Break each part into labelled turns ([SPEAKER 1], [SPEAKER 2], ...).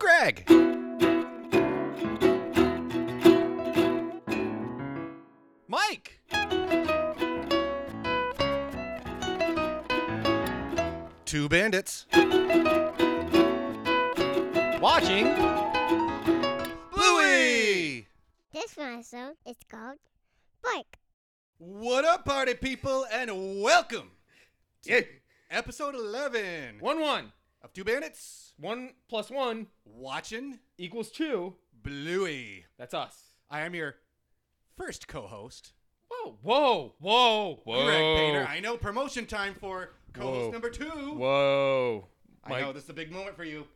[SPEAKER 1] bag. Mike. Two bandits.
[SPEAKER 2] Watching
[SPEAKER 1] Bluey.
[SPEAKER 3] This milestone is called Bike.
[SPEAKER 1] What up, party people, and welcome. to Episode 11
[SPEAKER 2] one one
[SPEAKER 1] of Two Bandits
[SPEAKER 2] one plus one
[SPEAKER 1] Watching
[SPEAKER 2] equals two.
[SPEAKER 1] Bluey.
[SPEAKER 2] That's us.
[SPEAKER 1] I am your first co host,
[SPEAKER 2] Whoa, whoa, whoa, whoa,
[SPEAKER 1] Greg Painter. I know promotion time for co
[SPEAKER 2] Whoa.
[SPEAKER 1] host number two.
[SPEAKER 2] whoa.
[SPEAKER 1] I know this is a big moment for you.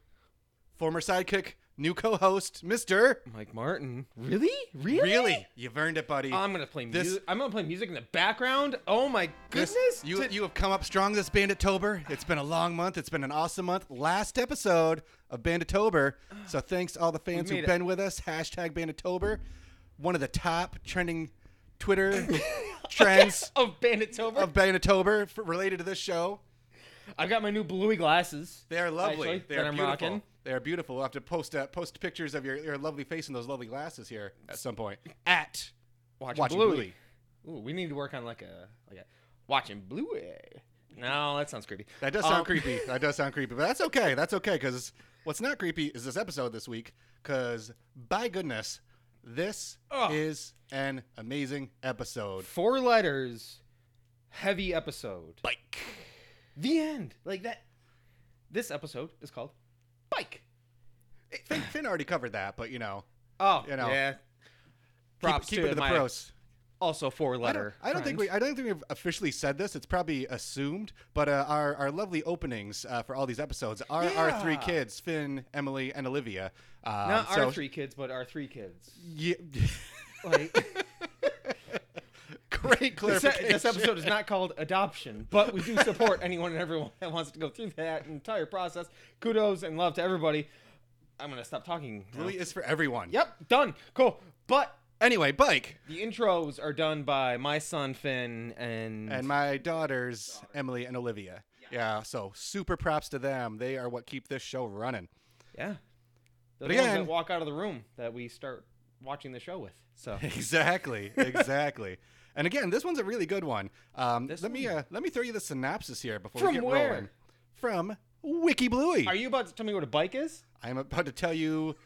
[SPEAKER 1] Former sidekick, new co host, Mr.
[SPEAKER 2] Mike Martin. Really? Really?
[SPEAKER 1] You've earned it, buddy.
[SPEAKER 2] I'm gonna play
[SPEAKER 1] This-
[SPEAKER 2] music. I'm gonna play music in the background. Oh my
[SPEAKER 1] This-
[SPEAKER 2] goodness!
[SPEAKER 1] you,
[SPEAKER 2] Did-
[SPEAKER 1] you have come up strong this Banditober. It's been a long month. It's been an awesome month. Last episode of Banditober. So thanks to all the fans
[SPEAKER 2] We
[SPEAKER 1] who've
[SPEAKER 2] made it.
[SPEAKER 1] been with us. Hashtag Banditober. One of the top trending Twitter trends
[SPEAKER 2] of Banditober.
[SPEAKER 1] of Banditober for, related to this show.
[SPEAKER 2] I've got my new bluey glasses.
[SPEAKER 1] They are lovely.
[SPEAKER 2] Actually,
[SPEAKER 1] they
[SPEAKER 2] that
[SPEAKER 1] are
[SPEAKER 2] I'm
[SPEAKER 1] beautiful.
[SPEAKER 2] rocking.
[SPEAKER 1] They are beautiful. We'll have to post uh, post pictures of your, your lovely face and those lovely glasses here at some point. At
[SPEAKER 2] Watching,
[SPEAKER 1] Watching
[SPEAKER 2] bluey.
[SPEAKER 1] Bluey.
[SPEAKER 2] Ooh, we need to work on like a like a watching bluey. No, that sounds creepy.
[SPEAKER 1] That does sound
[SPEAKER 2] Um,
[SPEAKER 1] creepy. That does sound creepy, but that's okay. That's okay because what's not creepy is this episode this week. Because by goodness, this
[SPEAKER 2] Ugh.
[SPEAKER 1] is an amazing episode.
[SPEAKER 2] Four letters, heavy episode.
[SPEAKER 1] Bike.
[SPEAKER 2] The end. Like that. This episode is called Bike.
[SPEAKER 1] Finn, Finn already covered that, but you know,
[SPEAKER 2] Oh,
[SPEAKER 1] You know.
[SPEAKER 2] yeah.
[SPEAKER 1] keep-
[SPEAKER 2] Props
[SPEAKER 1] keep,
[SPEAKER 2] to
[SPEAKER 1] it to the
[SPEAKER 2] my
[SPEAKER 1] pros.
[SPEAKER 2] also four
[SPEAKER 1] I don't,
[SPEAKER 2] letter.
[SPEAKER 1] I don't think we.
[SPEAKER 2] friend.
[SPEAKER 1] I don't think we've officially said this. It's probably assumed, but uh, our our lovely openings uh, for all these episodes are our three
[SPEAKER 2] Yeah.
[SPEAKER 1] kids: Finn, Emily, and Olivia. Um,
[SPEAKER 2] Not
[SPEAKER 1] so-
[SPEAKER 2] our three kids, but our three kids.
[SPEAKER 1] Ye-
[SPEAKER 2] Like
[SPEAKER 1] great
[SPEAKER 2] this,
[SPEAKER 1] clarification.
[SPEAKER 2] this episode is not called adoption, but we do support anyone and everyone that wants to go through that entire process. Kudos and love to everybody. I'm gonna stop talking. now.
[SPEAKER 1] really is for everyone.
[SPEAKER 2] Yep, done. Cool. But
[SPEAKER 1] Anyway, bike.
[SPEAKER 2] the intros are done by my son Finn and,
[SPEAKER 1] and my daughters Emily and Olivia. Yeah. so super props to them. They are what keep this show running.
[SPEAKER 2] yeah.
[SPEAKER 1] But
[SPEAKER 2] They're the ones
[SPEAKER 1] again-
[SPEAKER 2] that walk out of the room that we start watching the show with. So
[SPEAKER 1] Exactly, exactly. and again, this one's a really good one. Um,
[SPEAKER 2] This
[SPEAKER 1] let me
[SPEAKER 2] one.
[SPEAKER 1] uh, let me throw you the synopsis here before
[SPEAKER 2] From
[SPEAKER 1] we get
[SPEAKER 2] where?
[SPEAKER 1] rolling. From Wiki Bluey.
[SPEAKER 2] are you about to tell me what a bike is?
[SPEAKER 1] I'm about to tell you.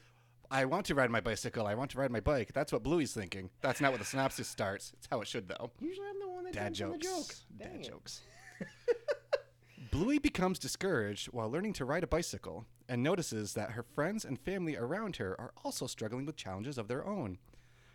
[SPEAKER 1] I want to ride my bicycle. I want to ride my bike. That's what Bluey's thinking. That's not what the synopsis starts. It's how it should though.
[SPEAKER 2] Usually I'm the one that
[SPEAKER 1] Dad
[SPEAKER 2] jumps on
[SPEAKER 1] jokes.
[SPEAKER 2] the joke. Dang
[SPEAKER 1] Dad
[SPEAKER 2] it.
[SPEAKER 1] jokes. Bluey becomes discouraged while learning to ride a bicycle and notices that her friends and family around her are also struggling with challenges of their own.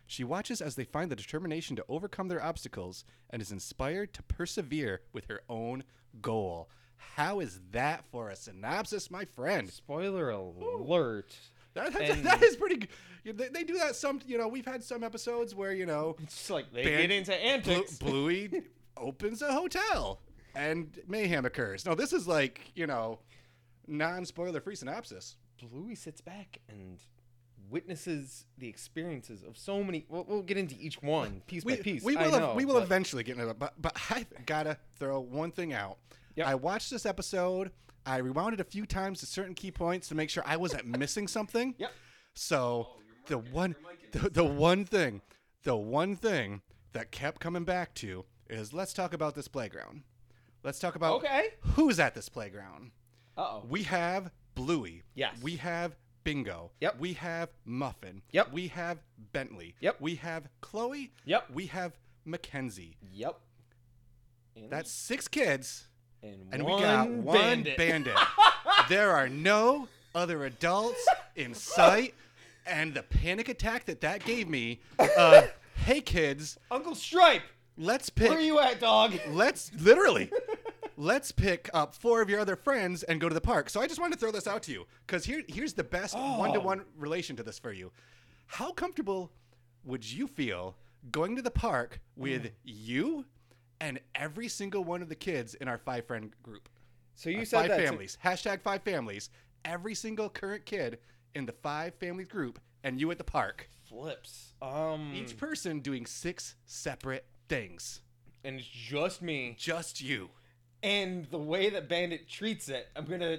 [SPEAKER 1] She watches as they find the determination to overcome their obstacles and is inspired to persevere with her own goal. How is that for a synopsis, my friend?
[SPEAKER 2] Spoiler alert.
[SPEAKER 1] That- that-
[SPEAKER 2] And-
[SPEAKER 1] that is pretty. g- They, they do that some. You know, we've had some episodes where you know
[SPEAKER 2] It's just like they
[SPEAKER 1] Ban-
[SPEAKER 2] get into
[SPEAKER 1] Blu-
[SPEAKER 2] antics.
[SPEAKER 1] Bluey opens a hotel and mayhem occurs. No, this is like, you know, non spoiler free synopsis.
[SPEAKER 2] Bluey sits back and witnesses the experiences of so many. We'll, we'll get into each one piece
[SPEAKER 1] We,
[SPEAKER 2] by piece.
[SPEAKER 1] we
[SPEAKER 2] I
[SPEAKER 1] will, ev-
[SPEAKER 2] know,
[SPEAKER 1] we will
[SPEAKER 2] but
[SPEAKER 1] eventually get into it, but, but I gotta throw one thing out.
[SPEAKER 2] Yep.
[SPEAKER 1] I watched this episode, I rewound it a few times to certain key points to make sure I wasn't missing something.
[SPEAKER 2] Yep. Oh,
[SPEAKER 1] So the one the, the one thing the one thing that kept coming back to is let's talk about this playground. Let's talk about
[SPEAKER 2] Okay.
[SPEAKER 1] who's at this playground.
[SPEAKER 2] Uh-oh.
[SPEAKER 1] We have Bluey.
[SPEAKER 2] Yes.
[SPEAKER 1] We have Bingo.
[SPEAKER 2] Yep.
[SPEAKER 1] We have Muffin.
[SPEAKER 2] Yep.
[SPEAKER 1] We have Bentley.
[SPEAKER 2] Yep.
[SPEAKER 1] We have Chloe.
[SPEAKER 2] Yep.
[SPEAKER 1] We have Mackenzie.
[SPEAKER 2] Yep. And,
[SPEAKER 1] That's six kids,
[SPEAKER 2] and,
[SPEAKER 1] and
[SPEAKER 2] one
[SPEAKER 1] we got one
[SPEAKER 2] bandit.
[SPEAKER 1] bandit. there are no other adults in sight, and the panic attack that that gave me. Uh, hey kids,
[SPEAKER 2] Uncle Stripe,
[SPEAKER 1] let's
[SPEAKER 2] where are
[SPEAKER 1] pick.
[SPEAKER 2] you at, dog?
[SPEAKER 1] Let's literally. Let's pick up four of your other friends and go to the park. So I just wanted to throw this out to you because here, here's the best
[SPEAKER 2] Oh.
[SPEAKER 1] one to one relation to this for you. How comfortable would you feel going to the park with you and every single one of the kids in our five friend group?
[SPEAKER 2] So you
[SPEAKER 1] Our
[SPEAKER 2] said
[SPEAKER 1] five
[SPEAKER 2] that. to-
[SPEAKER 1] families. Hashtag five families. Every single current kid in the five family group and you at the park.
[SPEAKER 2] flips. Um,
[SPEAKER 1] Each person doing six separate things.
[SPEAKER 2] and it's just me.
[SPEAKER 1] Just you.
[SPEAKER 2] and the way that Bandit treats it, I'm gonna.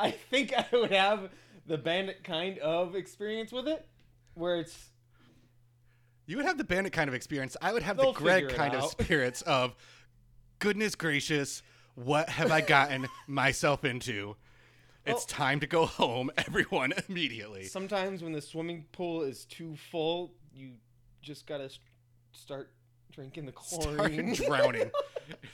[SPEAKER 2] I think I would have the bandit kind of experience with it, where it's
[SPEAKER 1] You would have the bandit kind of experience. I would have
[SPEAKER 2] They'll
[SPEAKER 1] the Greg
[SPEAKER 2] figure it
[SPEAKER 1] kind
[SPEAKER 2] out.
[SPEAKER 1] of spirits of, goodness gracious, what have I gotten myself into? It's
[SPEAKER 2] Well-
[SPEAKER 1] time to go home, everyone, immediately.
[SPEAKER 2] sometimes when the swimming pool is too full, you just gotta s- start drinking the chlorine.
[SPEAKER 1] Start drowning.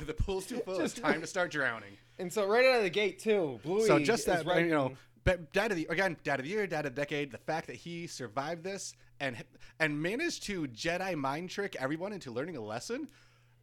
[SPEAKER 1] the pool's too full.
[SPEAKER 2] Just-
[SPEAKER 1] it's time to start drowning.
[SPEAKER 2] and so right out of the gate too, Bluey.
[SPEAKER 1] So just that
[SPEAKER 2] is right
[SPEAKER 1] you know, but dad of the again, dad of the year, dad of the decade. The fact that he survived this and and managed to Jedi mind trick everyone into learning a lesson,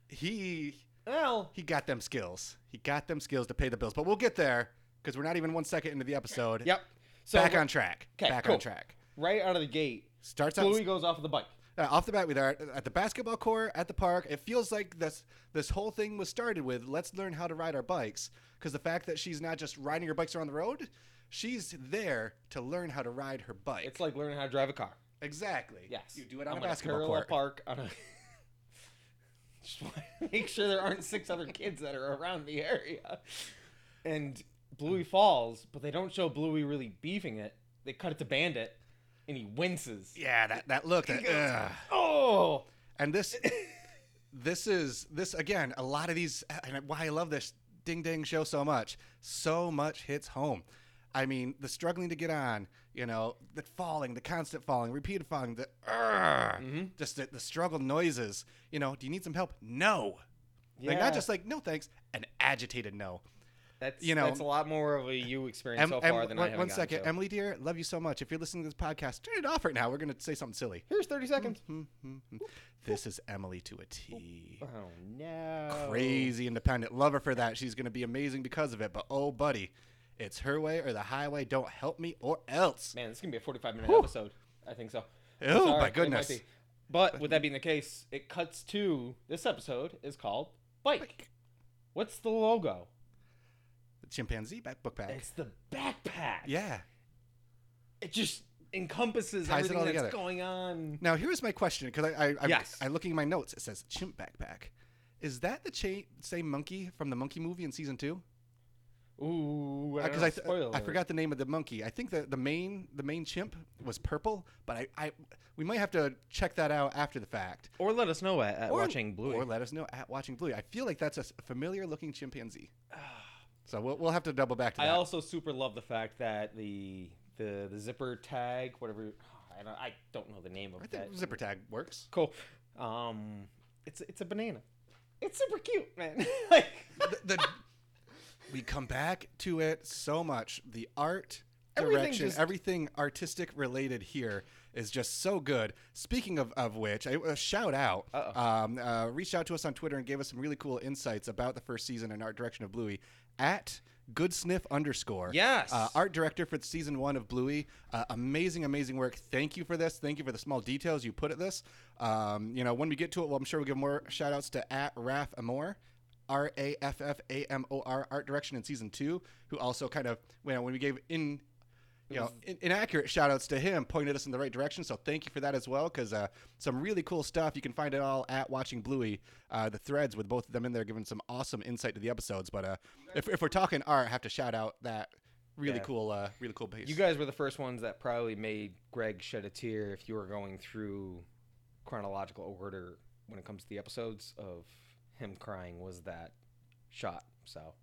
[SPEAKER 1] he
[SPEAKER 2] Well,
[SPEAKER 1] he got them skills. He got them skills to pay the bills. But we'll get there because we're not even one second into the episode.
[SPEAKER 2] yep. So
[SPEAKER 1] back on track.
[SPEAKER 2] 'Kay,
[SPEAKER 1] back
[SPEAKER 2] cool.
[SPEAKER 1] on track.
[SPEAKER 2] right out of the gate,
[SPEAKER 1] Starts out
[SPEAKER 2] Bluey goes off of the bike.
[SPEAKER 1] uh, off the bat. We are at the basketball court at the park. It feels like this this whole thing was started with let's learn how to ride our bikes because the fact that she's not just riding her bikes around the road, she's there to learn how to ride her bike.
[SPEAKER 2] It's like learning how to drive a car.
[SPEAKER 1] exactly.
[SPEAKER 2] Yes.
[SPEAKER 1] You do it on
[SPEAKER 2] I'm
[SPEAKER 1] a
[SPEAKER 2] at
[SPEAKER 1] basketball
[SPEAKER 2] parallel
[SPEAKER 1] court.
[SPEAKER 2] park on a. Just want to make sure there aren't six other kids that are around the area. And Bluey falls, but they don't show Bluey really beefing it. They cut it to Bandit, and he winces.
[SPEAKER 1] Yeah, that that look. That, ugh.
[SPEAKER 2] Oh,
[SPEAKER 1] And this, this is this again. A lot of these, and why I love this ding ding show so much. So much hits home. I mean, the struggling to get on, you know, the falling, the constant falling, repeated falling, the uh,
[SPEAKER 2] Mm. Mm-hmm.
[SPEAKER 1] just the, the struggle noises. You know, do you need some help? No, like
[SPEAKER 2] Yeah.
[SPEAKER 1] not just like no thanks, an agitated no.
[SPEAKER 2] that's
[SPEAKER 1] You know-
[SPEAKER 2] that's a lot more of a you experience
[SPEAKER 1] Em-
[SPEAKER 2] so
[SPEAKER 1] Em-
[SPEAKER 2] far than I
[SPEAKER 1] one-
[SPEAKER 2] have.
[SPEAKER 1] one second, Emily dear, love you so much. If you're listening to this podcast, turn it off right now. We're gonna say something silly. Hmm,
[SPEAKER 2] Here's thirty seconds.
[SPEAKER 1] This is Emily to a T.
[SPEAKER 2] Oh no!
[SPEAKER 1] crazy independent. Love her for that. She's going to be amazing because of it. But oh, buddy, it's her way or the highway. Don't help me or else.
[SPEAKER 2] Man, this is gonna be a forty-five minute episode. I think so.
[SPEAKER 1] Oh,
[SPEAKER 2] Sorry,
[SPEAKER 1] my
[SPEAKER 2] it might
[SPEAKER 1] goodness.
[SPEAKER 2] be. But with that being the case, it cuts to this episode is called Bike. What's the logo?
[SPEAKER 1] The chimpanzee back book bag.
[SPEAKER 2] It's the backpack.
[SPEAKER 1] yeah.
[SPEAKER 2] It just encompasses
[SPEAKER 1] Ties it
[SPEAKER 2] everything
[SPEAKER 1] all
[SPEAKER 2] that's
[SPEAKER 1] together.
[SPEAKER 2] going on.
[SPEAKER 1] Now here's my question because I I I'm,
[SPEAKER 2] Yes.
[SPEAKER 1] I'm looking at my notes. It says chimp backpack. Is that the cha- same monkey from the monkey movie in season two?
[SPEAKER 2] Ooh, I,
[SPEAKER 1] Because Uh,
[SPEAKER 2] don't know,
[SPEAKER 1] I, th-
[SPEAKER 2] spoiler
[SPEAKER 1] I
[SPEAKER 2] alert.
[SPEAKER 1] forgot the name of the monkey. I think the, the main the main chimp was purple, but I, I we might have to check that out after the fact.
[SPEAKER 2] Or let us know at, at watching Bluey.
[SPEAKER 1] Or let us know at watching Bluey. I feel like that's a familiar looking chimpanzee. so we'll, we'll have to double back to
[SPEAKER 2] I
[SPEAKER 1] that.
[SPEAKER 2] also super love the fact that the the, the zipper tag, whatever. I don't, I don't know the name of
[SPEAKER 1] I
[SPEAKER 2] that.
[SPEAKER 1] think zipper tag works.
[SPEAKER 2] Cool. Um, it's it's a banana. It's super cute, man. like
[SPEAKER 1] The, the- we come back to it so much. The art
[SPEAKER 2] Everything
[SPEAKER 1] direction,
[SPEAKER 2] just-
[SPEAKER 1] everything artistic related here is just so good. Speaking of, of which, I, a shout out.
[SPEAKER 2] Uh-oh.
[SPEAKER 1] Um, uh, reached out to us on Twitter and gave us some really cool insights about the first season and art direction of Bluey at good sniff underscore.
[SPEAKER 2] Yes.
[SPEAKER 1] Uh, art director for season one of Bluey. Uh, amazing, amazing work. Thank you for this. Thank you for the small details you put at this. Um, you know, when we get to it, well, I'm sure we'll give more shout outs to at Raf Amor. R A F F A M O R art direction in season two, who also kind of you know, when we gave in you know in, inaccurate shout outs to him pointed us in the right direction so thank you for that as well because uh, some really cool stuff you can find it all at watching bluey uh, the threads with both of them in there giving some awesome insight to the episodes but uh, if, if we're talking art I have to shout out that really
[SPEAKER 2] Yeah.
[SPEAKER 1] cool uh, really cool piece
[SPEAKER 2] you guys were the first ones that probably made Greg shed a tear if you were going through chronological order when it comes to the episodes of him crying was that shot. So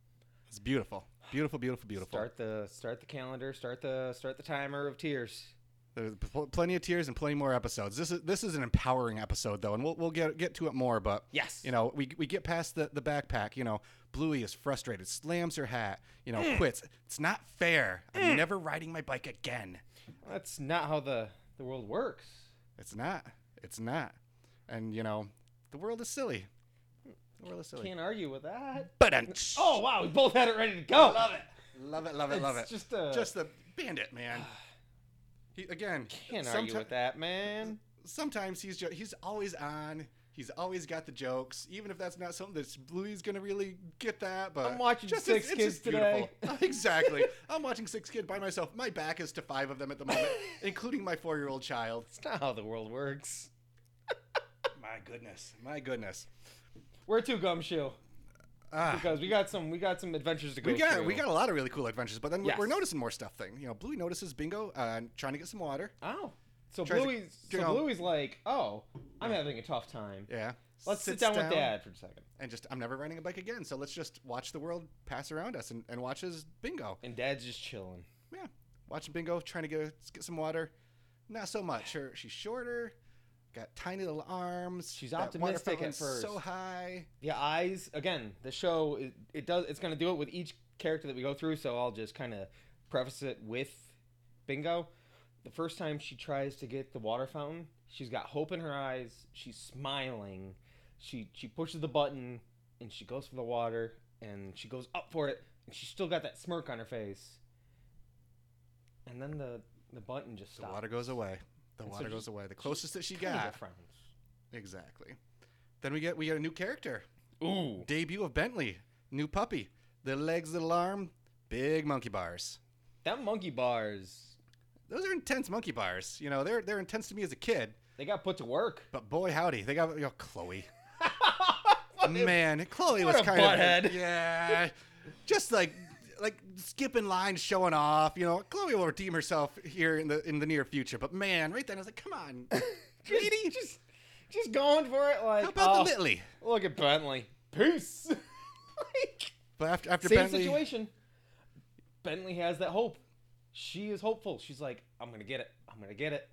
[SPEAKER 1] it's beautiful beautiful beautiful beautiful
[SPEAKER 2] start the start the calendar, start the start the timer of tears.
[SPEAKER 1] There's pl- plenty of tears and plenty more episodes. This is this is an empowering episode though, and we'll we'll get get to it more. But
[SPEAKER 2] Yes.
[SPEAKER 1] you know we we get past the the backpack. You know, Bluey is frustrated, slams her hat. You
[SPEAKER 2] Mm.
[SPEAKER 1] know, quits. It's not fair. I'm never riding my bike again.
[SPEAKER 2] That's not how the the world works.
[SPEAKER 1] It's not. It's not. And you know, the world is silly. The world is silly.
[SPEAKER 2] Can't argue with that.
[SPEAKER 1] But
[SPEAKER 2] Oh wow, we both had it ready to go. Love it.
[SPEAKER 1] love it, love it, love it.
[SPEAKER 2] It's just a
[SPEAKER 1] Just the bandit man. He again.
[SPEAKER 2] can't argue
[SPEAKER 1] someti-
[SPEAKER 2] with that, man.
[SPEAKER 1] sometimes he's just, he's always on. He's always got the jokes, even if that's not something that's Bluey's gonna really get that. But
[SPEAKER 2] I'm watching
[SPEAKER 1] just
[SPEAKER 2] Six
[SPEAKER 1] it's- it's
[SPEAKER 2] Kids
[SPEAKER 1] just beautiful.
[SPEAKER 2] today.
[SPEAKER 1] exactly. I'm watching Six Kid by myself. My back is to five of them at the moment, including my four-year-old child.
[SPEAKER 2] It's not how the world works.
[SPEAKER 1] My goodness, my goodness.
[SPEAKER 2] We're too gumshoe.
[SPEAKER 1] Ah,
[SPEAKER 2] because we got some we got some adventures to go
[SPEAKER 1] we got
[SPEAKER 2] through.
[SPEAKER 1] we got a lot of really cool adventures, but then we-
[SPEAKER 2] Yes.
[SPEAKER 1] we're noticing more stuff. Thing, you know, Bluey notices Bingo uh, trying to get some water.
[SPEAKER 2] Oh. So
[SPEAKER 1] Tries to
[SPEAKER 2] Bluey's
[SPEAKER 1] get
[SPEAKER 2] so
[SPEAKER 1] all-
[SPEAKER 2] Bluey's like, "Oh, I'm having a tough time.
[SPEAKER 1] Yeah,
[SPEAKER 2] Let's sit
[SPEAKER 1] Sits
[SPEAKER 2] down, with Dad for a second.
[SPEAKER 1] and just I'm never riding a bike again. So let's just watch the world pass around us and, and watch his bingo.
[SPEAKER 2] And Dad's just chilling.
[SPEAKER 1] Yeah, watching bingo, trying to get get some water. Not so much. Her she's shorter, got tiny little arms.
[SPEAKER 2] She's
[SPEAKER 1] that water
[SPEAKER 2] optimistic at
[SPEAKER 1] fountain's So
[SPEAKER 2] first.
[SPEAKER 1] high.
[SPEAKER 2] The eyes again. The show it, it does it's going to do it with each character that we go through. So I'll just kind of preface it with Bingo. The first time she tries to get the water fountain, she's got hope in her eyes. She's smiling. She she pushes the button and she goes for the water and she goes up for it and she's still got that smirk on her face. And then the the button just
[SPEAKER 1] The
[SPEAKER 2] stops.
[SPEAKER 1] water goes away. The
[SPEAKER 2] And so
[SPEAKER 1] water
[SPEAKER 2] she-
[SPEAKER 1] goes away. The closest that she
[SPEAKER 2] Kind of
[SPEAKER 1] got.
[SPEAKER 2] friends.
[SPEAKER 1] Exactly. Then we get we get a new character.
[SPEAKER 2] Ooh.
[SPEAKER 1] Debut of Bentley. New puppy. Little legs, little arm, big monkey bars.
[SPEAKER 2] That monkey bars.
[SPEAKER 1] Those are intense monkey bars. You know, they're they're intense to me as a kid.
[SPEAKER 2] They got put to work.
[SPEAKER 1] But boy, howdy, they got you know, Chloe. Man, Chloe
[SPEAKER 2] what
[SPEAKER 1] was
[SPEAKER 2] a
[SPEAKER 1] kind
[SPEAKER 2] butthead.
[SPEAKER 1] of yeah, just like like skipping lines, showing off. You know, Chloe will redeem herself here in the in the near future. But man, right then I was like, come on,
[SPEAKER 2] Just, just, just going for it. Like,
[SPEAKER 1] how about
[SPEAKER 2] oh,
[SPEAKER 1] the Litley?
[SPEAKER 2] look at Bentley. Peace. like,
[SPEAKER 1] But after after
[SPEAKER 2] same
[SPEAKER 1] Bentley,
[SPEAKER 2] situation. Bentley has that hope. She is hopeful. She's like, I'm gonna get it. I'm gonna get it.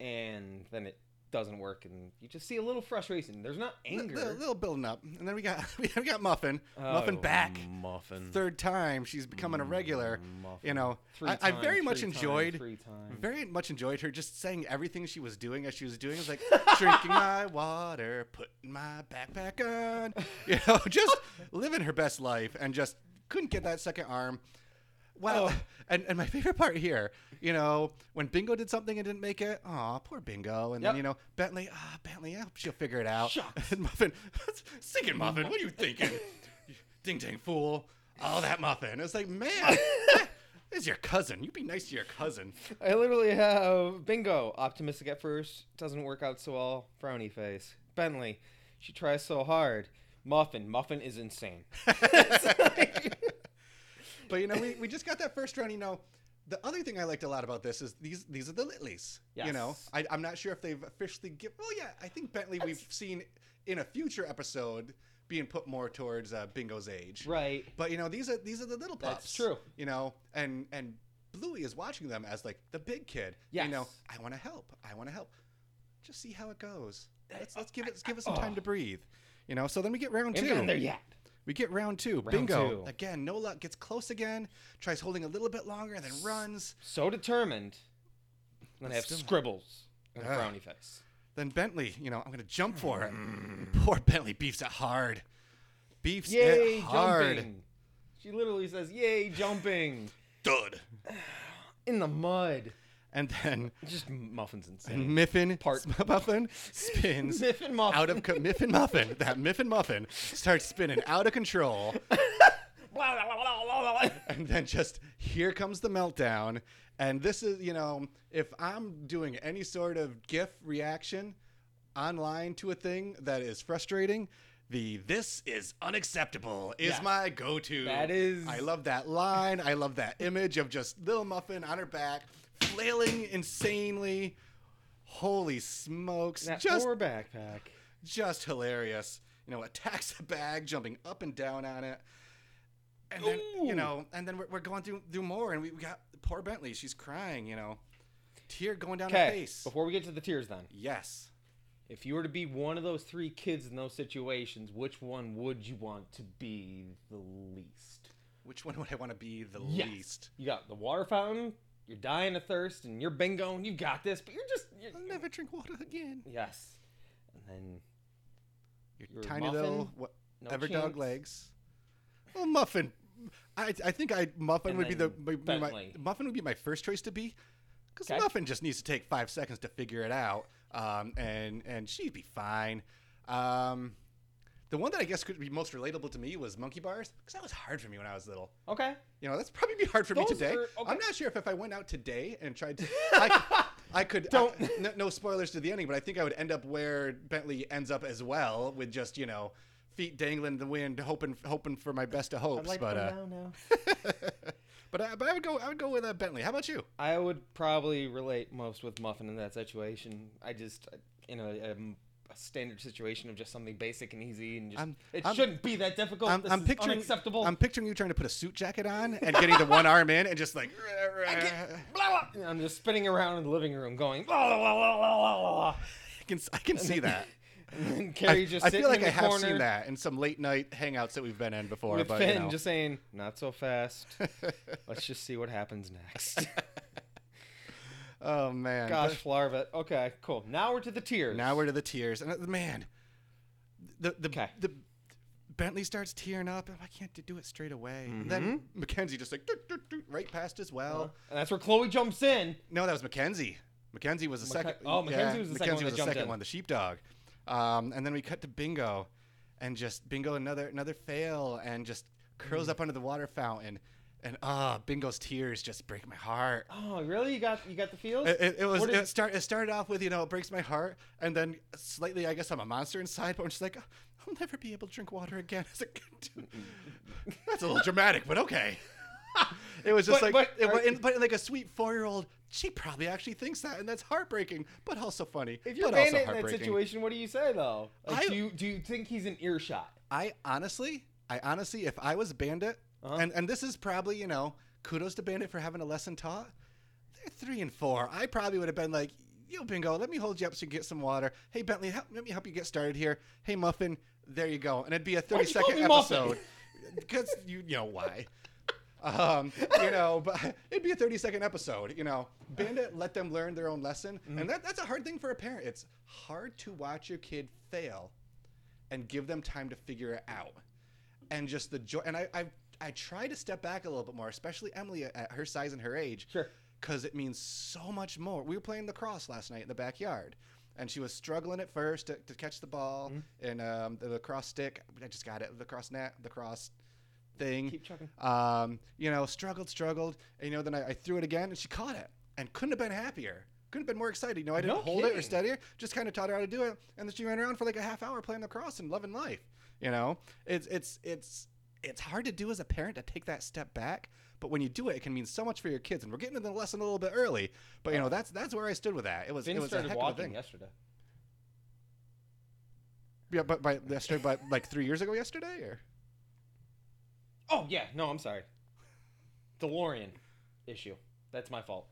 [SPEAKER 2] And then it doesn't work, and you just see a little frustration. There's not
[SPEAKER 1] li-
[SPEAKER 2] anger.
[SPEAKER 1] little, little building up, and then we got we got Muffin, Muffin
[SPEAKER 2] Oh,
[SPEAKER 1] back.
[SPEAKER 2] Muffin.
[SPEAKER 1] Third time she's becoming a regular.
[SPEAKER 2] Mm, Muffin.
[SPEAKER 1] You know,
[SPEAKER 2] Three
[SPEAKER 1] I, I
[SPEAKER 2] time,
[SPEAKER 1] very
[SPEAKER 2] three
[SPEAKER 1] much
[SPEAKER 2] time,
[SPEAKER 1] enjoyed
[SPEAKER 2] Three times.
[SPEAKER 1] very much enjoyed her just saying everything she was doing as she was doing. It was like drinking my water, putting my backpack on, you know, just living her best life and just couldn't get that second arm. Well,
[SPEAKER 2] Oh.
[SPEAKER 1] and, and my favorite part here, you know, when Bingo did something and didn't make it, aw, poor Bingo. And
[SPEAKER 2] Yep.
[SPEAKER 1] then, you know, Bentley, ah, Bentley, yeah, she'll figure it out.
[SPEAKER 2] Shucks.
[SPEAKER 1] And Muffin, stinking Muffin, what are you thinking? You Ding dang fool. Oh, that Muffin. It's like, man, this is your cousin. You be nice to your cousin.
[SPEAKER 2] I literally have bingo. Optimistic at first, doesn't work out so well. Frowny face. Bentley, she tries so hard. Muffin, Muffin is insane.
[SPEAKER 1] But you know, we, we just got that first round. You know, the other thing I liked a lot about this is these these are the Litleys. You know,
[SPEAKER 2] Yes.
[SPEAKER 1] I, I'm not sure if they've officially give. Well, yeah, I think Bentley we've seen in a future episode being put more towards uh, Bingo's age.
[SPEAKER 2] right.
[SPEAKER 1] But you know, these are these are the little
[SPEAKER 2] That's
[SPEAKER 1] pups.
[SPEAKER 2] true.
[SPEAKER 1] You know, and and Bluey is watching them as like the big kid. You know,
[SPEAKER 2] Yes.
[SPEAKER 1] I want to help. I want to help. Just see how it goes.
[SPEAKER 2] I-
[SPEAKER 1] Let's let's give
[SPEAKER 2] I-
[SPEAKER 1] it let's give
[SPEAKER 2] I-
[SPEAKER 1] it some time
[SPEAKER 2] oh.
[SPEAKER 1] to breathe. You know, so then we get round two.
[SPEAKER 2] Ain't gotten there yet.
[SPEAKER 1] We get round two.
[SPEAKER 2] Round
[SPEAKER 1] Bingo.
[SPEAKER 2] two.
[SPEAKER 1] Again, no luck. Gets close again. Tries holding a little bit longer, then runs.
[SPEAKER 2] So determined. And I have
[SPEAKER 1] Let's do it.
[SPEAKER 2] scribbles and a
[SPEAKER 1] Ah.
[SPEAKER 2] frowny face.
[SPEAKER 1] Then Bentley, you know, I'm going to jump for it. Poor Bentley beefs it hard. Beefs
[SPEAKER 2] Mm. Yay,
[SPEAKER 1] it hard.
[SPEAKER 2] jumping. She literally says, Yay, jumping.
[SPEAKER 1] Dud.
[SPEAKER 2] In the mud.
[SPEAKER 1] And then
[SPEAKER 2] Just Muffin's insane.
[SPEAKER 1] Miffin
[SPEAKER 2] Part-
[SPEAKER 1] Muffin spins
[SPEAKER 2] Miffin Muffin.
[SPEAKER 1] out of co- Miffin Muffin. That Miffin Muffin starts spinning out of control. Mm-hmm.
[SPEAKER 2] Blah, blah, blah, blah, blah, blah.
[SPEAKER 1] and then just here comes the meltdown. And this is, you know, if I'm doing any sort of GIF reaction online to a thing that is frustrating, the this is unacceptable is
[SPEAKER 2] Yeah.
[SPEAKER 1] my go to.
[SPEAKER 2] That is-
[SPEAKER 1] I love that line. I love that image of just Lil Muffin on her back, flailing insanely. Holy smokes.
[SPEAKER 2] That
[SPEAKER 1] just
[SPEAKER 2] poor backpack.
[SPEAKER 1] just hilarious. You know, attacks the bag, jumping up and down on it. And then,
[SPEAKER 2] Ooh.
[SPEAKER 1] you know, and then we're, we're going through, through more, and we, we got poor Bentley. She's crying, you know, tear going down her
[SPEAKER 2] Okay,
[SPEAKER 1] face.
[SPEAKER 2] before we get to the tears then.
[SPEAKER 1] yes.
[SPEAKER 2] If you were to be one of those three kids in those situations, which one would you want to be the least?
[SPEAKER 1] Which one would I want to be the
[SPEAKER 2] Yes.
[SPEAKER 1] least?
[SPEAKER 2] You got the water fountain, you're dying of thirst, and you're bingo, and you got this, but you're just. You're,
[SPEAKER 1] I'll never drink water again.
[SPEAKER 2] Yes. And then.
[SPEAKER 1] Your
[SPEAKER 2] You're a
[SPEAKER 1] tiny
[SPEAKER 2] muffin,
[SPEAKER 1] little what,
[SPEAKER 2] No
[SPEAKER 1] ever
[SPEAKER 2] chance.
[SPEAKER 1] dog legs. Well, muffin. I, I think I muffin
[SPEAKER 2] And
[SPEAKER 1] would be the
[SPEAKER 2] then
[SPEAKER 1] would be my,
[SPEAKER 2] Bentley.
[SPEAKER 1] muffin would be my first choice to be, because
[SPEAKER 2] Okay.
[SPEAKER 1] muffin just needs to take five seconds to figure it out, um, and and she'd be fine. Um, the one that I guess could be most relatable to me was monkey bars, because that was hard for me when I was little.
[SPEAKER 2] Okay.
[SPEAKER 1] You know, that's probably be hard for
[SPEAKER 2] Those
[SPEAKER 1] me today.
[SPEAKER 2] are- okay.
[SPEAKER 1] I'm not sure if, if I went out today and tried to. I, I could.
[SPEAKER 2] Don't.
[SPEAKER 1] I- no, no spoilers to the ending, but I think I would end up where Bentley ends up as well, with just, you know, feet dangling in the wind, hoping hoping for my best of hopes. but uh,
[SPEAKER 2] down now.
[SPEAKER 1] but I, but I would go I would go with uh, Bentley. How about you?
[SPEAKER 2] I would probably relate most with Muffin in that situation. I just in a, um, a standard situation of just something basic and easy, and just
[SPEAKER 1] I'm-
[SPEAKER 2] it
[SPEAKER 1] I'm-
[SPEAKER 2] shouldn't be that difficult.
[SPEAKER 1] I'm,
[SPEAKER 2] this
[SPEAKER 1] I'm
[SPEAKER 2] is
[SPEAKER 1] picturing
[SPEAKER 2] unacceptable.
[SPEAKER 1] I'm picturing you trying to put a suit jacket on and getting the one arm in and just like
[SPEAKER 2] blah, blah. And I'm just spinning around in the living room, going blah blah blah blah blah blah. blah.
[SPEAKER 1] I can I can see that.
[SPEAKER 2] And then Carrie
[SPEAKER 1] I,
[SPEAKER 2] just
[SPEAKER 1] I
[SPEAKER 2] sitting
[SPEAKER 1] feel like
[SPEAKER 2] in
[SPEAKER 1] I
[SPEAKER 2] the
[SPEAKER 1] have
[SPEAKER 2] corner
[SPEAKER 1] seen that in some late night hangouts that we've been in before.
[SPEAKER 2] with
[SPEAKER 1] but
[SPEAKER 2] Finn,
[SPEAKER 1] you know.
[SPEAKER 2] just saying, "Not so fast. Let's just see what happens next."
[SPEAKER 1] oh man,
[SPEAKER 2] Gosh, Flarvet. Okay, cool. Now we're to the
[SPEAKER 1] But
[SPEAKER 2] tears.
[SPEAKER 1] now we're to the tears, and uh, man, the the
[SPEAKER 2] Okay.
[SPEAKER 1] the Bentley starts tearing up, and I can't do it straight away. And then
[SPEAKER 2] Mm-hmm.
[SPEAKER 1] Mackenzie just like doot, doot, doot, right past as well.
[SPEAKER 2] and that's where Chloe jumps in.
[SPEAKER 1] No, that was Mackenzie. Mackenzie was the
[SPEAKER 2] Macke-
[SPEAKER 1] second.
[SPEAKER 2] oh, Mackenzie was the second one
[SPEAKER 1] Mackenzie was the
[SPEAKER 2] that jumped
[SPEAKER 1] second
[SPEAKER 2] in.
[SPEAKER 1] one, the sheepdog. Um, and then we cut to Bingo, and just Bingo another another fail, and just
[SPEAKER 2] Mm.
[SPEAKER 1] curls up under the water fountain, and ah, Bingo's tears just break my heart.
[SPEAKER 2] Oh, really? You got you got the feels?
[SPEAKER 1] It, it, it was
[SPEAKER 2] What did-
[SPEAKER 1] it, start, it started off with you know it breaks my heart and then slightly I guess I'm a monster inside but I'm just like "Oh, I'll never be able to drink water again. It's like, That's a little dramatic, but okay. It was just
[SPEAKER 2] But-
[SPEAKER 1] like,
[SPEAKER 2] but
[SPEAKER 1] it,
[SPEAKER 2] are-
[SPEAKER 1] wa- and- but like a sweet four year old, she probably actually thinks that, and that's heartbreaking, but also funny.
[SPEAKER 2] If you're
[SPEAKER 1] but also
[SPEAKER 2] Bandit in that
[SPEAKER 1] heartbreaking.
[SPEAKER 2] situation, what do you say though? Like,
[SPEAKER 1] I-
[SPEAKER 2] do you do you think he's an earshot?
[SPEAKER 1] I honestly, I honestly, if I was Bandit,
[SPEAKER 2] Uh-huh.
[SPEAKER 1] and and this is probably you know, kudos to Bandit for having a lesson taught. They're three and four. I probably would have been like, "Yo, Bingo, let me hold you up so you can get some water. Hey, Bentley, help, let me help you get started here. Hey, Muffin, there you go." And it'd be a
[SPEAKER 2] Why'd
[SPEAKER 1] thirty
[SPEAKER 2] you call
[SPEAKER 1] second
[SPEAKER 2] me Muffin?
[SPEAKER 1] episode because you you know why. Um, you know, but it'd be a 30 second episode, you know. Bandit let them learn their own lesson.
[SPEAKER 2] Mm-hmm.
[SPEAKER 1] And that, that's a hard thing for a parent. It's hard to watch your kid fail and give them time to figure it out. And just the joy. And I, I, I try to step back a little bit more, especially Emily at her size and her age.
[SPEAKER 2] Sure.
[SPEAKER 1] Because it means so much more. We were playing lacrosse last night in the backyard. And she was struggling at first to, to catch the ball and um, the lacrosse stick. I just got it. Lacrosse net, lacrosse thing.
[SPEAKER 2] Keep chucking.
[SPEAKER 1] Um, you know, struggled, struggled. And, you know, then I, I threw it again and she caught it and couldn't have been happier. Couldn't have been more excited. You know, I didn't
[SPEAKER 2] No
[SPEAKER 1] hold it or
[SPEAKER 2] kidding.
[SPEAKER 1] steady her, just kind of taught her how to do it. And then she ran around for like a half hour playing lacrosse and loving life. You know, it's, it's, it's, it's hard to do as a parent to take that step back. But when you do it, it can mean so much for your kids. And we're getting into the lesson a little bit early. But, you know, that's, that's where I stood with that. It was,
[SPEAKER 2] Finn
[SPEAKER 1] it was a
[SPEAKER 2] started
[SPEAKER 1] heck of a
[SPEAKER 2] walking
[SPEAKER 1] thing.
[SPEAKER 2] yesterday.
[SPEAKER 1] Yeah, but by yesterday, by like three years ago yesterday or?
[SPEAKER 2] Oh yeah, no, I'm sorry. DeLorean issue. That's my fault.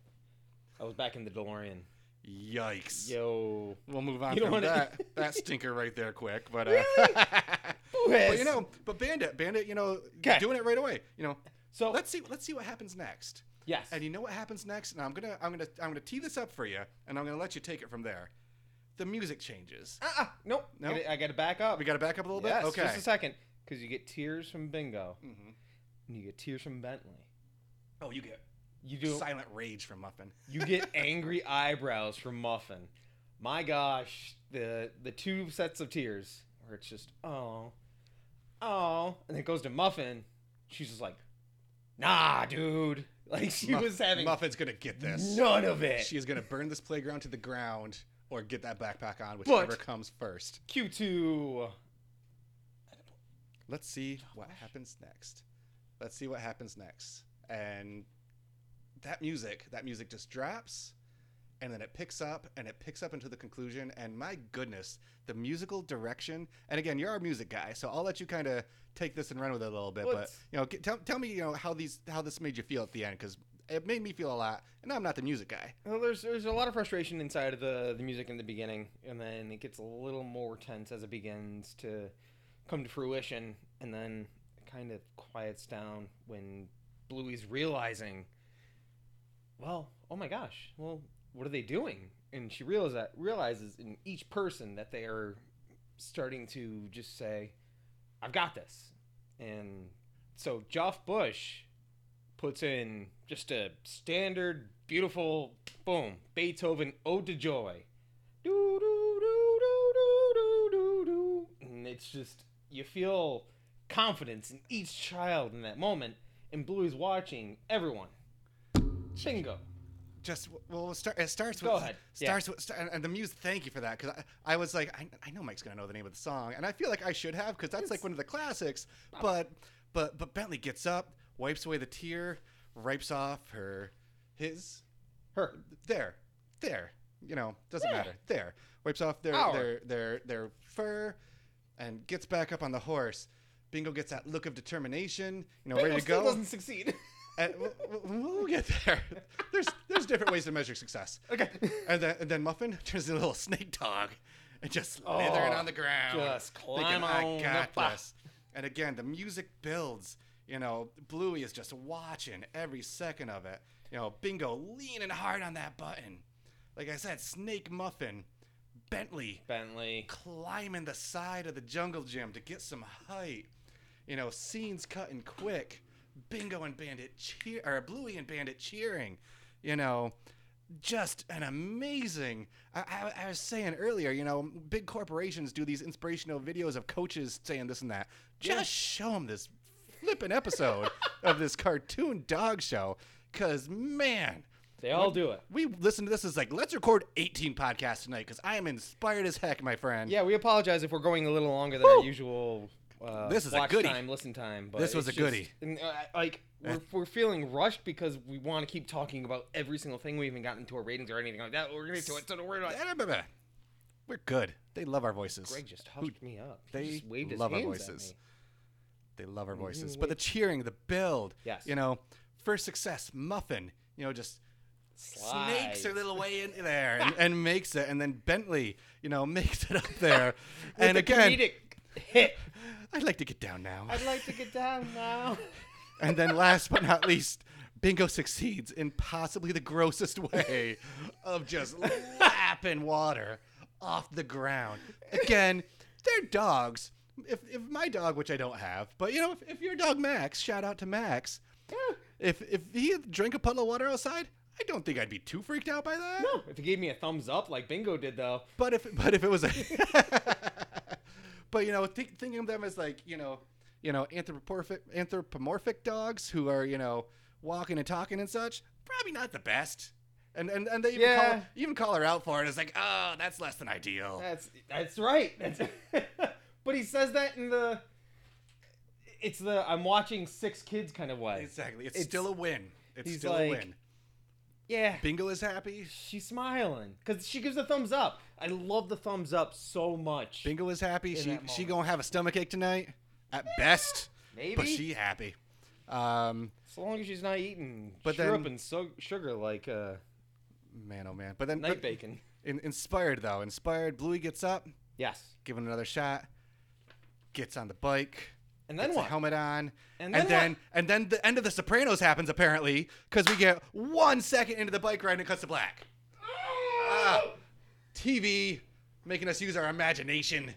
[SPEAKER 2] I was back in the DeLorean.
[SPEAKER 1] Yikes.
[SPEAKER 2] Yo.
[SPEAKER 1] We'll move on
[SPEAKER 2] You don't
[SPEAKER 1] from
[SPEAKER 2] wanna-
[SPEAKER 1] that that stinker right there, quick. But uh, but you know, but Bandit, Bandit, you know,
[SPEAKER 2] 'Kay.
[SPEAKER 1] doing it right away. You know,
[SPEAKER 2] So
[SPEAKER 1] let's see, let's see what happens next.
[SPEAKER 2] yes.
[SPEAKER 1] And you know what happens next? And I'm gonna, I'm gonna, I'm gonna tee this up for you, and I'm gonna let you take it from there. The music changes.
[SPEAKER 2] uh-uh, nope.
[SPEAKER 1] No?
[SPEAKER 2] Gotta- I got to back up.
[SPEAKER 1] We got to back up Oh. a little
[SPEAKER 2] yes,
[SPEAKER 1] bit. Okay.
[SPEAKER 2] Just a second, because you get tears from Bingo,
[SPEAKER 1] Mhm.
[SPEAKER 2] and you get tears from Bentley.
[SPEAKER 1] Oh, you get
[SPEAKER 2] You do.
[SPEAKER 1] silent rage from Muffin.
[SPEAKER 2] You get angry eyebrows from Muffin. My gosh, the the two sets of tears where it's just oh, oh, and it goes to Muffin. She's just like, nah, dude. Like she
[SPEAKER 1] Muff-
[SPEAKER 2] was having
[SPEAKER 1] Muffin's gonna get this.
[SPEAKER 2] none of it.
[SPEAKER 1] She is gonna burn this playground to the ground, or get that backpack on,
[SPEAKER 2] But-
[SPEAKER 1] whichever comes first.
[SPEAKER 2] Q two.
[SPEAKER 1] let's see what happens next. Let's see what happens next. And that music, that music just drops and then it picks up and it picks up into the conclusion. And my goodness, the musical direction. And again, you're our music guy, so I'll let you kind of take this and run with it a little bit.
[SPEAKER 2] Well,
[SPEAKER 1] But you know, g- tell, tell me, you know, how these how this made you feel at the end because it made me feel a lot. And I'm not the music guy.
[SPEAKER 2] Well, there's there's a lot of frustration inside of the the music in the beginning, and then it gets a little more tense as it begins to come to fruition, and then it kind of quiets down when Bluey's realizing, well, oh my gosh, well, what are they doing? And she realizes that realizes in each person that they are starting to just say, "I've got this," and so Joff Bush puts in just a standard, beautiful, boom, Beethoven Ode to Joy. Do, do, do, do, do, do, do, do. And it's just, you feel confidence in each child in that moment. And Bluey's watching everyone. Bingo.
[SPEAKER 1] just well, we'll start, it starts
[SPEAKER 2] Go
[SPEAKER 1] with
[SPEAKER 2] ahead. Yeah.
[SPEAKER 1] starts with and, and the music. Thank you for that because I, I was like, I, I know Mike's gonna know the name of the song, and I feel like I should have because that's like one of the classics. But but but Bentley gets up, wipes away the tear, wipes off her his
[SPEAKER 2] Her.
[SPEAKER 1] there, there. You know, doesn't
[SPEAKER 2] Yeah.
[SPEAKER 1] matter. There, wipes off their,
[SPEAKER 2] Our.
[SPEAKER 1] their their their fur, and gets back up on the horse. Bingo gets that look of determination. You know, ready
[SPEAKER 2] Bingo
[SPEAKER 1] to go.
[SPEAKER 2] still doesn't succeed.
[SPEAKER 1] And we'll, we'll- we'll get there. There's there's different ways to measure success.
[SPEAKER 2] okay.
[SPEAKER 1] And then, and then Muffin turns into a little snake dog and just
[SPEAKER 2] Oh,
[SPEAKER 1] slithering on the ground.
[SPEAKER 2] just climb on
[SPEAKER 1] I got
[SPEAKER 2] up."
[SPEAKER 1] this. And again, the music builds. You know, Bluey is just watching every second of it. You know, Bingo leaning hard on that button. Like I said, Snake Muffin, Bentley
[SPEAKER 2] Bentley.
[SPEAKER 1] climbing the side of the jungle gym to get some height. You know, scenes cutting quick. Bingo and Bandit cheer, or Bluey and Bandit cheering. You know, just an amazing. I, I, I was saying earlier, you know, big corporations do these inspirational videos of coaches saying this and that. Just
[SPEAKER 2] Yeah.
[SPEAKER 1] show them this flippin' episode of this cartoon dog show, cause man.
[SPEAKER 2] They all do it.
[SPEAKER 1] We listen to this as like, let's record 18 podcasts tonight because I am inspired as heck, my friend.
[SPEAKER 2] Yeah, we apologize if we're going a little longer than our usual. Uh,
[SPEAKER 1] This is a
[SPEAKER 2] watch
[SPEAKER 1] goodie.
[SPEAKER 2] time, listen time. But
[SPEAKER 1] This was
[SPEAKER 2] it's
[SPEAKER 1] a goodie. Eh.
[SPEAKER 2] just- and, uh, like we're, we're feeling rushed because we want to keep talking about every single thing we haven't gotten into our ratings or anything like that. We're gonna get to it. So don't worry about it.
[SPEAKER 1] We're good. They love our voices.
[SPEAKER 2] Greg just huffed me up. He
[SPEAKER 1] they
[SPEAKER 2] just waved his
[SPEAKER 1] love our
[SPEAKER 2] hands at
[SPEAKER 1] voices.
[SPEAKER 2] me.
[SPEAKER 1] They love our voices. But the cheering, the build.
[SPEAKER 2] Yes.
[SPEAKER 1] You know, first success, muffin. You know, just snakes her
[SPEAKER 2] Slides.
[SPEAKER 1] little way in there and, and makes it. And then Bentley, you know, makes it up there. and
[SPEAKER 2] The
[SPEAKER 1] again,
[SPEAKER 2] comedic hit.
[SPEAKER 1] I'd like to get down now.
[SPEAKER 2] I'd like to get down now.
[SPEAKER 1] And then last but not least, Bingo succeeds in possibly the grossest way of just lapping water off the ground. Again, they're dogs. If, if my dog, which I don't have, but you know, if, if your dog Max, shout out to Max, if if he drank a puddle of water outside, I don't think I'd be too freaked out by that.
[SPEAKER 2] No, if he gave me a thumbs up like Bingo did though,
[SPEAKER 1] But if but if it was a But you know, think, thinking of them as like, you know, you know, anthropomorphic anthropomorphic dogs who are, you know, walking and talking and such, probably not the best. And and, and they even call
[SPEAKER 2] Yeah.
[SPEAKER 1] even call her out for it. It's like, oh, that's less than ideal.
[SPEAKER 2] that's that's right. That's, but he says that in the. It's the I'm watching six kids kind of way.
[SPEAKER 1] Exactly. It's,
[SPEAKER 2] It's-
[SPEAKER 1] still a win. It's
[SPEAKER 2] he's
[SPEAKER 1] still a
[SPEAKER 2] like-
[SPEAKER 1] win.
[SPEAKER 2] Yeah.
[SPEAKER 1] Bingo is happy.
[SPEAKER 2] She's smiling because she gives a thumbs up. I love the thumbs up so much.
[SPEAKER 1] Bingo is happy. She
[SPEAKER 2] that
[SPEAKER 1] she
[SPEAKER 2] moment.
[SPEAKER 1] gonna have a stomachache tonight, at best. But
[SPEAKER 2] Maybe
[SPEAKER 1] she happy. Um,
[SPEAKER 2] as long as she's not eating
[SPEAKER 1] But
[SPEAKER 2] syrup
[SPEAKER 1] then-
[SPEAKER 2] and so- sugar like uh,
[SPEAKER 1] man, oh man. But then
[SPEAKER 2] night
[SPEAKER 1] but,
[SPEAKER 2] bacon.
[SPEAKER 1] in, inspired though, inspired. Bluey gets up.
[SPEAKER 2] Yes,
[SPEAKER 1] give him another shot. Gets on the bike.
[SPEAKER 2] and then
[SPEAKER 1] gets the
[SPEAKER 2] what?
[SPEAKER 1] helmet on. And
[SPEAKER 2] And
[SPEAKER 1] then and
[SPEAKER 2] then
[SPEAKER 1] then, the end of The Sopranos happens apparently because we get one second into the bike ride and it cuts to black. Ah, TV making us use our imagination,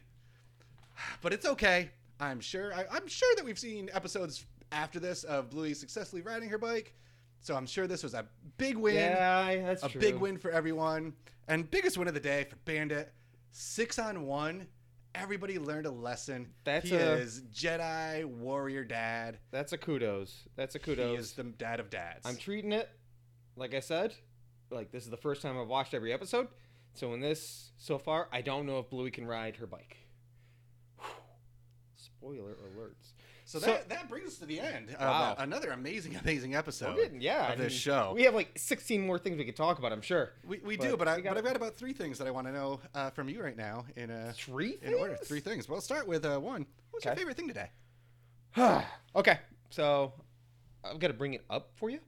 [SPEAKER 1] but it's okay. I'm sure. I, I'm sure that we've seen episodes after this of Bluey successfully riding her bike, so I'm sure this was a big win
[SPEAKER 2] yeah, that's
[SPEAKER 1] a
[SPEAKER 2] true.
[SPEAKER 1] big win for everyone and biggest win of the day for bandit six on one everybody learned a lesson
[SPEAKER 2] That's
[SPEAKER 1] he
[SPEAKER 2] a-
[SPEAKER 1] is jedi warrior dad
[SPEAKER 2] That's a kudos. That's a
[SPEAKER 1] he
[SPEAKER 2] kudos.
[SPEAKER 1] is the dad of dads
[SPEAKER 2] I'm treating it like I said. Like this is the first time I've watched every episode. So in this so far, I don't know if Bluey can ride her bike. Spoiler alerts.
[SPEAKER 1] so
[SPEAKER 2] so-
[SPEAKER 1] that, that brings us to the end of
[SPEAKER 2] Wow.
[SPEAKER 1] uh, another amazing amazing episode
[SPEAKER 2] We're getting- Oh, yeah,
[SPEAKER 1] of
[SPEAKER 2] I
[SPEAKER 1] this
[SPEAKER 2] mean,
[SPEAKER 1] show.
[SPEAKER 2] We have like 16 more things we could talk about. I'm sure.
[SPEAKER 1] we, we
[SPEAKER 2] but
[SPEAKER 1] do but, I,
[SPEAKER 2] we got-
[SPEAKER 1] but i've got about three things that i want to know uh, from you right now in uh,
[SPEAKER 2] Three.
[SPEAKER 1] in order
[SPEAKER 2] things?
[SPEAKER 1] three things we'll start with uh, one what's your
[SPEAKER 2] Okay.
[SPEAKER 1] favorite thing today
[SPEAKER 2] okay, so I've got to bring it up for you,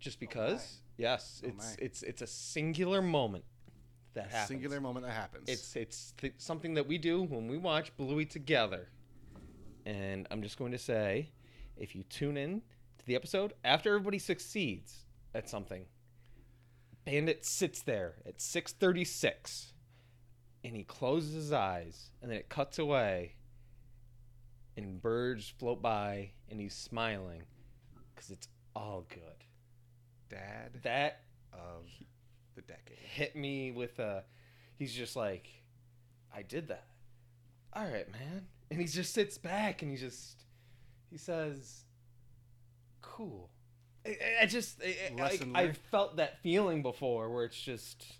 [SPEAKER 2] just because. yes,
[SPEAKER 1] Oh,
[SPEAKER 2] it's
[SPEAKER 1] my.
[SPEAKER 2] it's it's a singular moment that happens.
[SPEAKER 1] singular moment that happens
[SPEAKER 2] It's it's th- something that we do when we watch Bluey together, and I'm just going to say, if you tune in to the episode after everybody succeeds at something, Bandit sits there at 6:36, and he closes his eyes, and then it cuts away, and birds float by, and he's smiling, because it's all good.
[SPEAKER 1] dad
[SPEAKER 2] That
[SPEAKER 1] of the decade
[SPEAKER 2] hit me with a he's just like i did that all right man and he just sits back and he just he says cool I, I just I, I- like,
[SPEAKER 1] Lesson
[SPEAKER 2] I've
[SPEAKER 1] learned.
[SPEAKER 2] felt that feeling before, where it's just.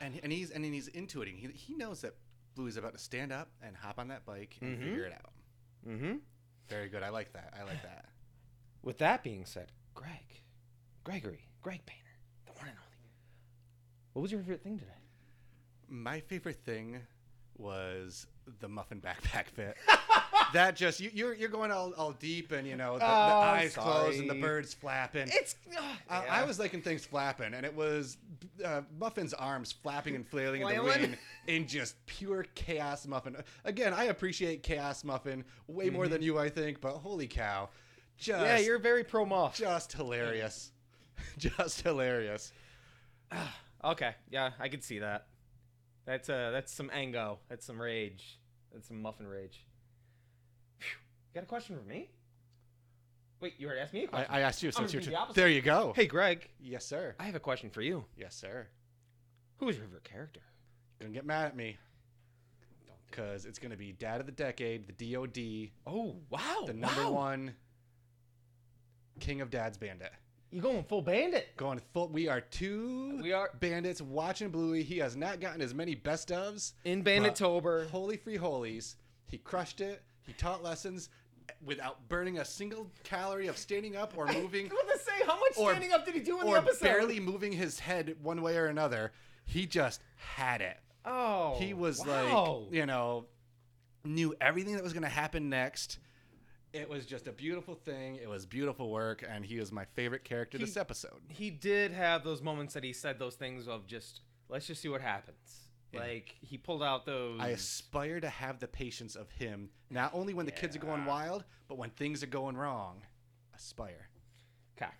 [SPEAKER 1] and and he's and he's intuiting. He he knows that Bluey's about to stand up and hop on that bike and
[SPEAKER 2] Mhm.
[SPEAKER 1] figure it out.
[SPEAKER 2] mm-hmm.
[SPEAKER 1] Very good. I like that. I like that.
[SPEAKER 2] With that being said, Greg, Gregory, Greg Painter, the one and only. What was your favorite thing today?
[SPEAKER 1] My favorite thing was the muffin backpack fit. that just you, you're you're going all, all deep and you know the, the
[SPEAKER 2] Oh,
[SPEAKER 1] eyes closed and the
[SPEAKER 2] sorry.
[SPEAKER 1] birds flapping.
[SPEAKER 2] It's.
[SPEAKER 1] I- I was liking things flapping, and it was uh, Muffin's arms flapping and flailing in the
[SPEAKER 2] Flailing?
[SPEAKER 1] wind in just pure chaos. Muffin. Again, I appreciate chaos muffin way more than you, I think. But holy cow, just
[SPEAKER 2] Mm-hmm. Yeah, you're very pro moth.
[SPEAKER 1] just hilarious, just hilarious.
[SPEAKER 2] Okay, yeah, I could see that. That's uh, that's some ango. That's some rage. That's some muffin rage. Phew. You got a question for me? Wait, you already asked me a
[SPEAKER 1] I,
[SPEAKER 2] question.
[SPEAKER 1] I asked you, so it's your
[SPEAKER 2] gonna do
[SPEAKER 1] turn.
[SPEAKER 2] the opposite.
[SPEAKER 1] There you go.
[SPEAKER 2] Hey, Greg,
[SPEAKER 1] Yes, sir.
[SPEAKER 2] I have a question for you.
[SPEAKER 1] Yes, sir.
[SPEAKER 2] Who is your favorite character?
[SPEAKER 1] Gonna get mad at me because it's gonna be Dad of the Decade, the DOD, the
[SPEAKER 2] Oh wow!
[SPEAKER 1] number
[SPEAKER 2] wow.
[SPEAKER 1] one King of Dad's Bandit.
[SPEAKER 2] You going full bandit?
[SPEAKER 1] Going full. We are two
[SPEAKER 2] We are-
[SPEAKER 1] bandits watching Bluey. He has not gotten as many best ofs.
[SPEAKER 2] In Banditober.
[SPEAKER 1] but Holy free holies. He crushed it. He taught lessons without burning a single calorie of standing up or moving
[SPEAKER 2] I was gonna say, how much
[SPEAKER 1] Or-
[SPEAKER 2] standing up did he do in the
[SPEAKER 1] or
[SPEAKER 2] episode?
[SPEAKER 1] barely moving his head one way or another. He just had it.
[SPEAKER 2] Oh,
[SPEAKER 1] He was
[SPEAKER 2] wow.
[SPEAKER 1] like, you know, knew everything that was going to happen next. It was just a beautiful thing. It was beautiful work, and he was my favorite character
[SPEAKER 2] He-
[SPEAKER 1] this episode.
[SPEAKER 2] he did have those moments that he said those things of just let's just see what happens.
[SPEAKER 1] Yeah.
[SPEAKER 2] Like he pulled out those.
[SPEAKER 1] I aspire to have the patience of him, not only when the kids are going
[SPEAKER 2] Yeah.
[SPEAKER 1] wild, but when things are going wrong. Aspire.
[SPEAKER 2] Okay.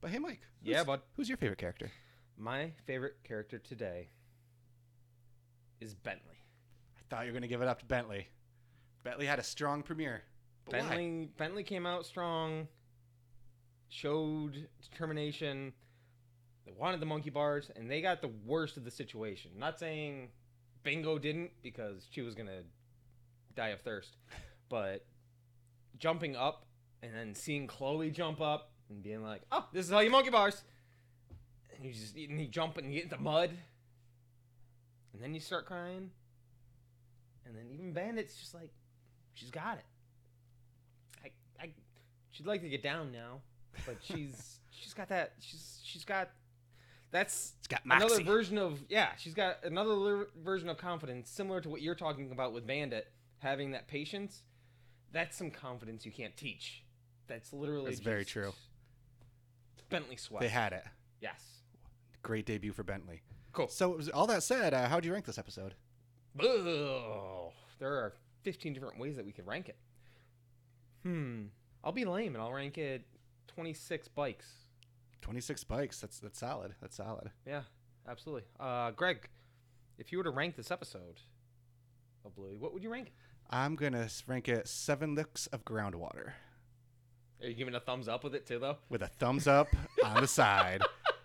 [SPEAKER 1] But hey, Mike.
[SPEAKER 2] Yeah,
[SPEAKER 1] who's-
[SPEAKER 2] bud.
[SPEAKER 1] Who's your favorite character?
[SPEAKER 2] My favorite character today is Bentley.
[SPEAKER 1] I thought you were going to give it up to Bentley. Bentley had a strong premiere. But why?
[SPEAKER 2] Bentley Bentley came out strong, showed determination. They wanted the monkey bars, and they got the worst of the situation. Not saying Bingo didn't, because she was gonna die of thirst, but jumping up and then seeing Chloe jump up and being like, "Oh, this is how you monkey bars," and you just and you jump and you get in the mud, and then you start crying, and then even Bandit's just like, "She's got it." I, I, she'd like to get down now, but she's she's got that she's she's got that's
[SPEAKER 1] It's got
[SPEAKER 2] another
[SPEAKER 1] Moxie.
[SPEAKER 2] version of yeah she's got another lir- version of confidence similar to what you're talking about with Bandit having that patience. That's some confidence you can't teach. That's literally
[SPEAKER 1] That's very
[SPEAKER 2] just
[SPEAKER 1] true.
[SPEAKER 2] Bentley sweat.
[SPEAKER 1] They had it.
[SPEAKER 2] yes.
[SPEAKER 1] Great debut for Bentley.
[SPEAKER 2] Cool.
[SPEAKER 1] So, it was- all that said, uh, how do you rank this episode?
[SPEAKER 2] Ugh. There are 15 different ways that we could rank it. Hmm. I'll be lame and I'll rank it 26 bikes.
[SPEAKER 1] 26 bikes. That's that's solid. That's solid.
[SPEAKER 2] Yeah, absolutely. Uh, Greg, if you were to rank this episode of Bluey, what would you rank? it?
[SPEAKER 1] I'm going to rank it seven licks of groundwater
[SPEAKER 2] Are you giving a thumbs up with it too, though?
[SPEAKER 1] with a thumbs up on the side.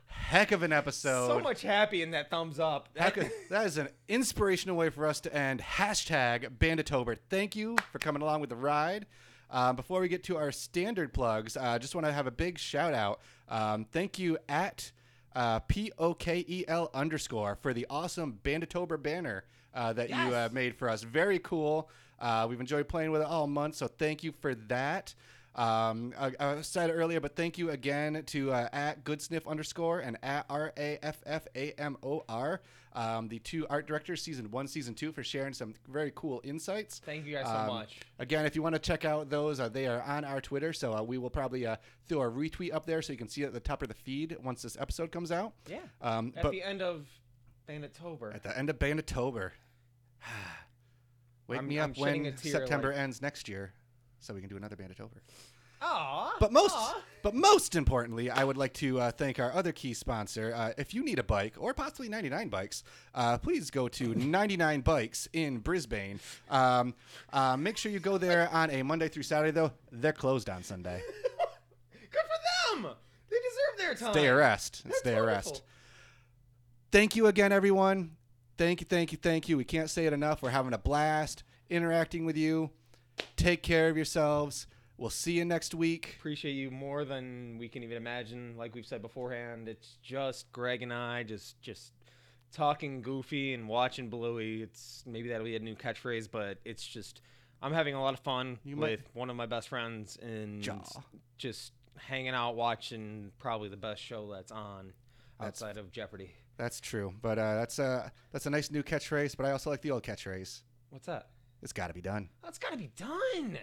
[SPEAKER 1] Heck of an episode.
[SPEAKER 2] so much happy in that thumbs up.
[SPEAKER 1] Heck of- that is an inspirational way for us to end. Hashtag Banditober. Thank you for coming along with the ride. Um, before we get to our standard plugs, I uh, just want to have a big shout out. Um, thank you at uh, P O K E L underscore for the awesome Banditober banner uh, that you uh,
[SPEAKER 2] Yes.
[SPEAKER 1] made for us. Very cool. Uh, we've enjoyed playing with it all month, so thank you for that. Um, I, I said it earlier, but thank you again to uh, at goodsniff underscore and at R A F F A M O R, um, the two art directors, season one, season two, for sharing some very cool insights.
[SPEAKER 2] Thank you guys so
[SPEAKER 1] Um,
[SPEAKER 2] much.
[SPEAKER 1] Again, if you want to check out those, uh, they are on our Twitter, so uh, we will probably uh, throw a retweet up there so you can see it at the top of the feed once this episode comes out.
[SPEAKER 2] Yeah.
[SPEAKER 1] Um,
[SPEAKER 2] At
[SPEAKER 1] but
[SPEAKER 2] the end of Banditober.
[SPEAKER 1] at the end of Banditober, wake
[SPEAKER 2] I'm-
[SPEAKER 1] me
[SPEAKER 2] I'm
[SPEAKER 1] up
[SPEAKER 2] shedding a
[SPEAKER 1] when
[SPEAKER 2] tear,
[SPEAKER 1] September
[SPEAKER 2] like-
[SPEAKER 1] ends next year, so we can do another Banditober.
[SPEAKER 2] Aw.
[SPEAKER 1] But most,
[SPEAKER 2] aw.
[SPEAKER 1] but most importantly, I would like to uh, thank our other key sponsor. Uh, if you need a bike or possibly 99 bikes, uh, please go to 99 Bikes in Brisbane. Um, uh, make sure you go there on a Monday through Saturday, though. They're closed on Sunday.
[SPEAKER 2] Good for them. They deserve their time.
[SPEAKER 1] Stay arrest.
[SPEAKER 2] That's
[SPEAKER 1] Stay arrest.
[SPEAKER 2] wonderful.
[SPEAKER 1] Thank you again, everyone. Thank you, thank you, thank you. We can't say it enough. We're having a blast interacting with you. Take care of yourselves. We'll see you next week.
[SPEAKER 2] Appreciate you more than we can even imagine. Like we've said beforehand, it's just Greg and I just just talking goofy and watching Bluey. It's maybe that'll be a new catchphrase, but it's just I'm having a lot of fun
[SPEAKER 1] You might-
[SPEAKER 2] with one of my best friends and
[SPEAKER 1] Jaw.
[SPEAKER 2] just hanging out watching probably the best show that's on
[SPEAKER 1] That's-
[SPEAKER 2] outside of Jeopardy.
[SPEAKER 1] That's true, but uh, that's a that's a nice new catchphrase. But I also like the old catchphrase.
[SPEAKER 2] What's that?
[SPEAKER 1] It's got to be done.
[SPEAKER 2] That's got to be done.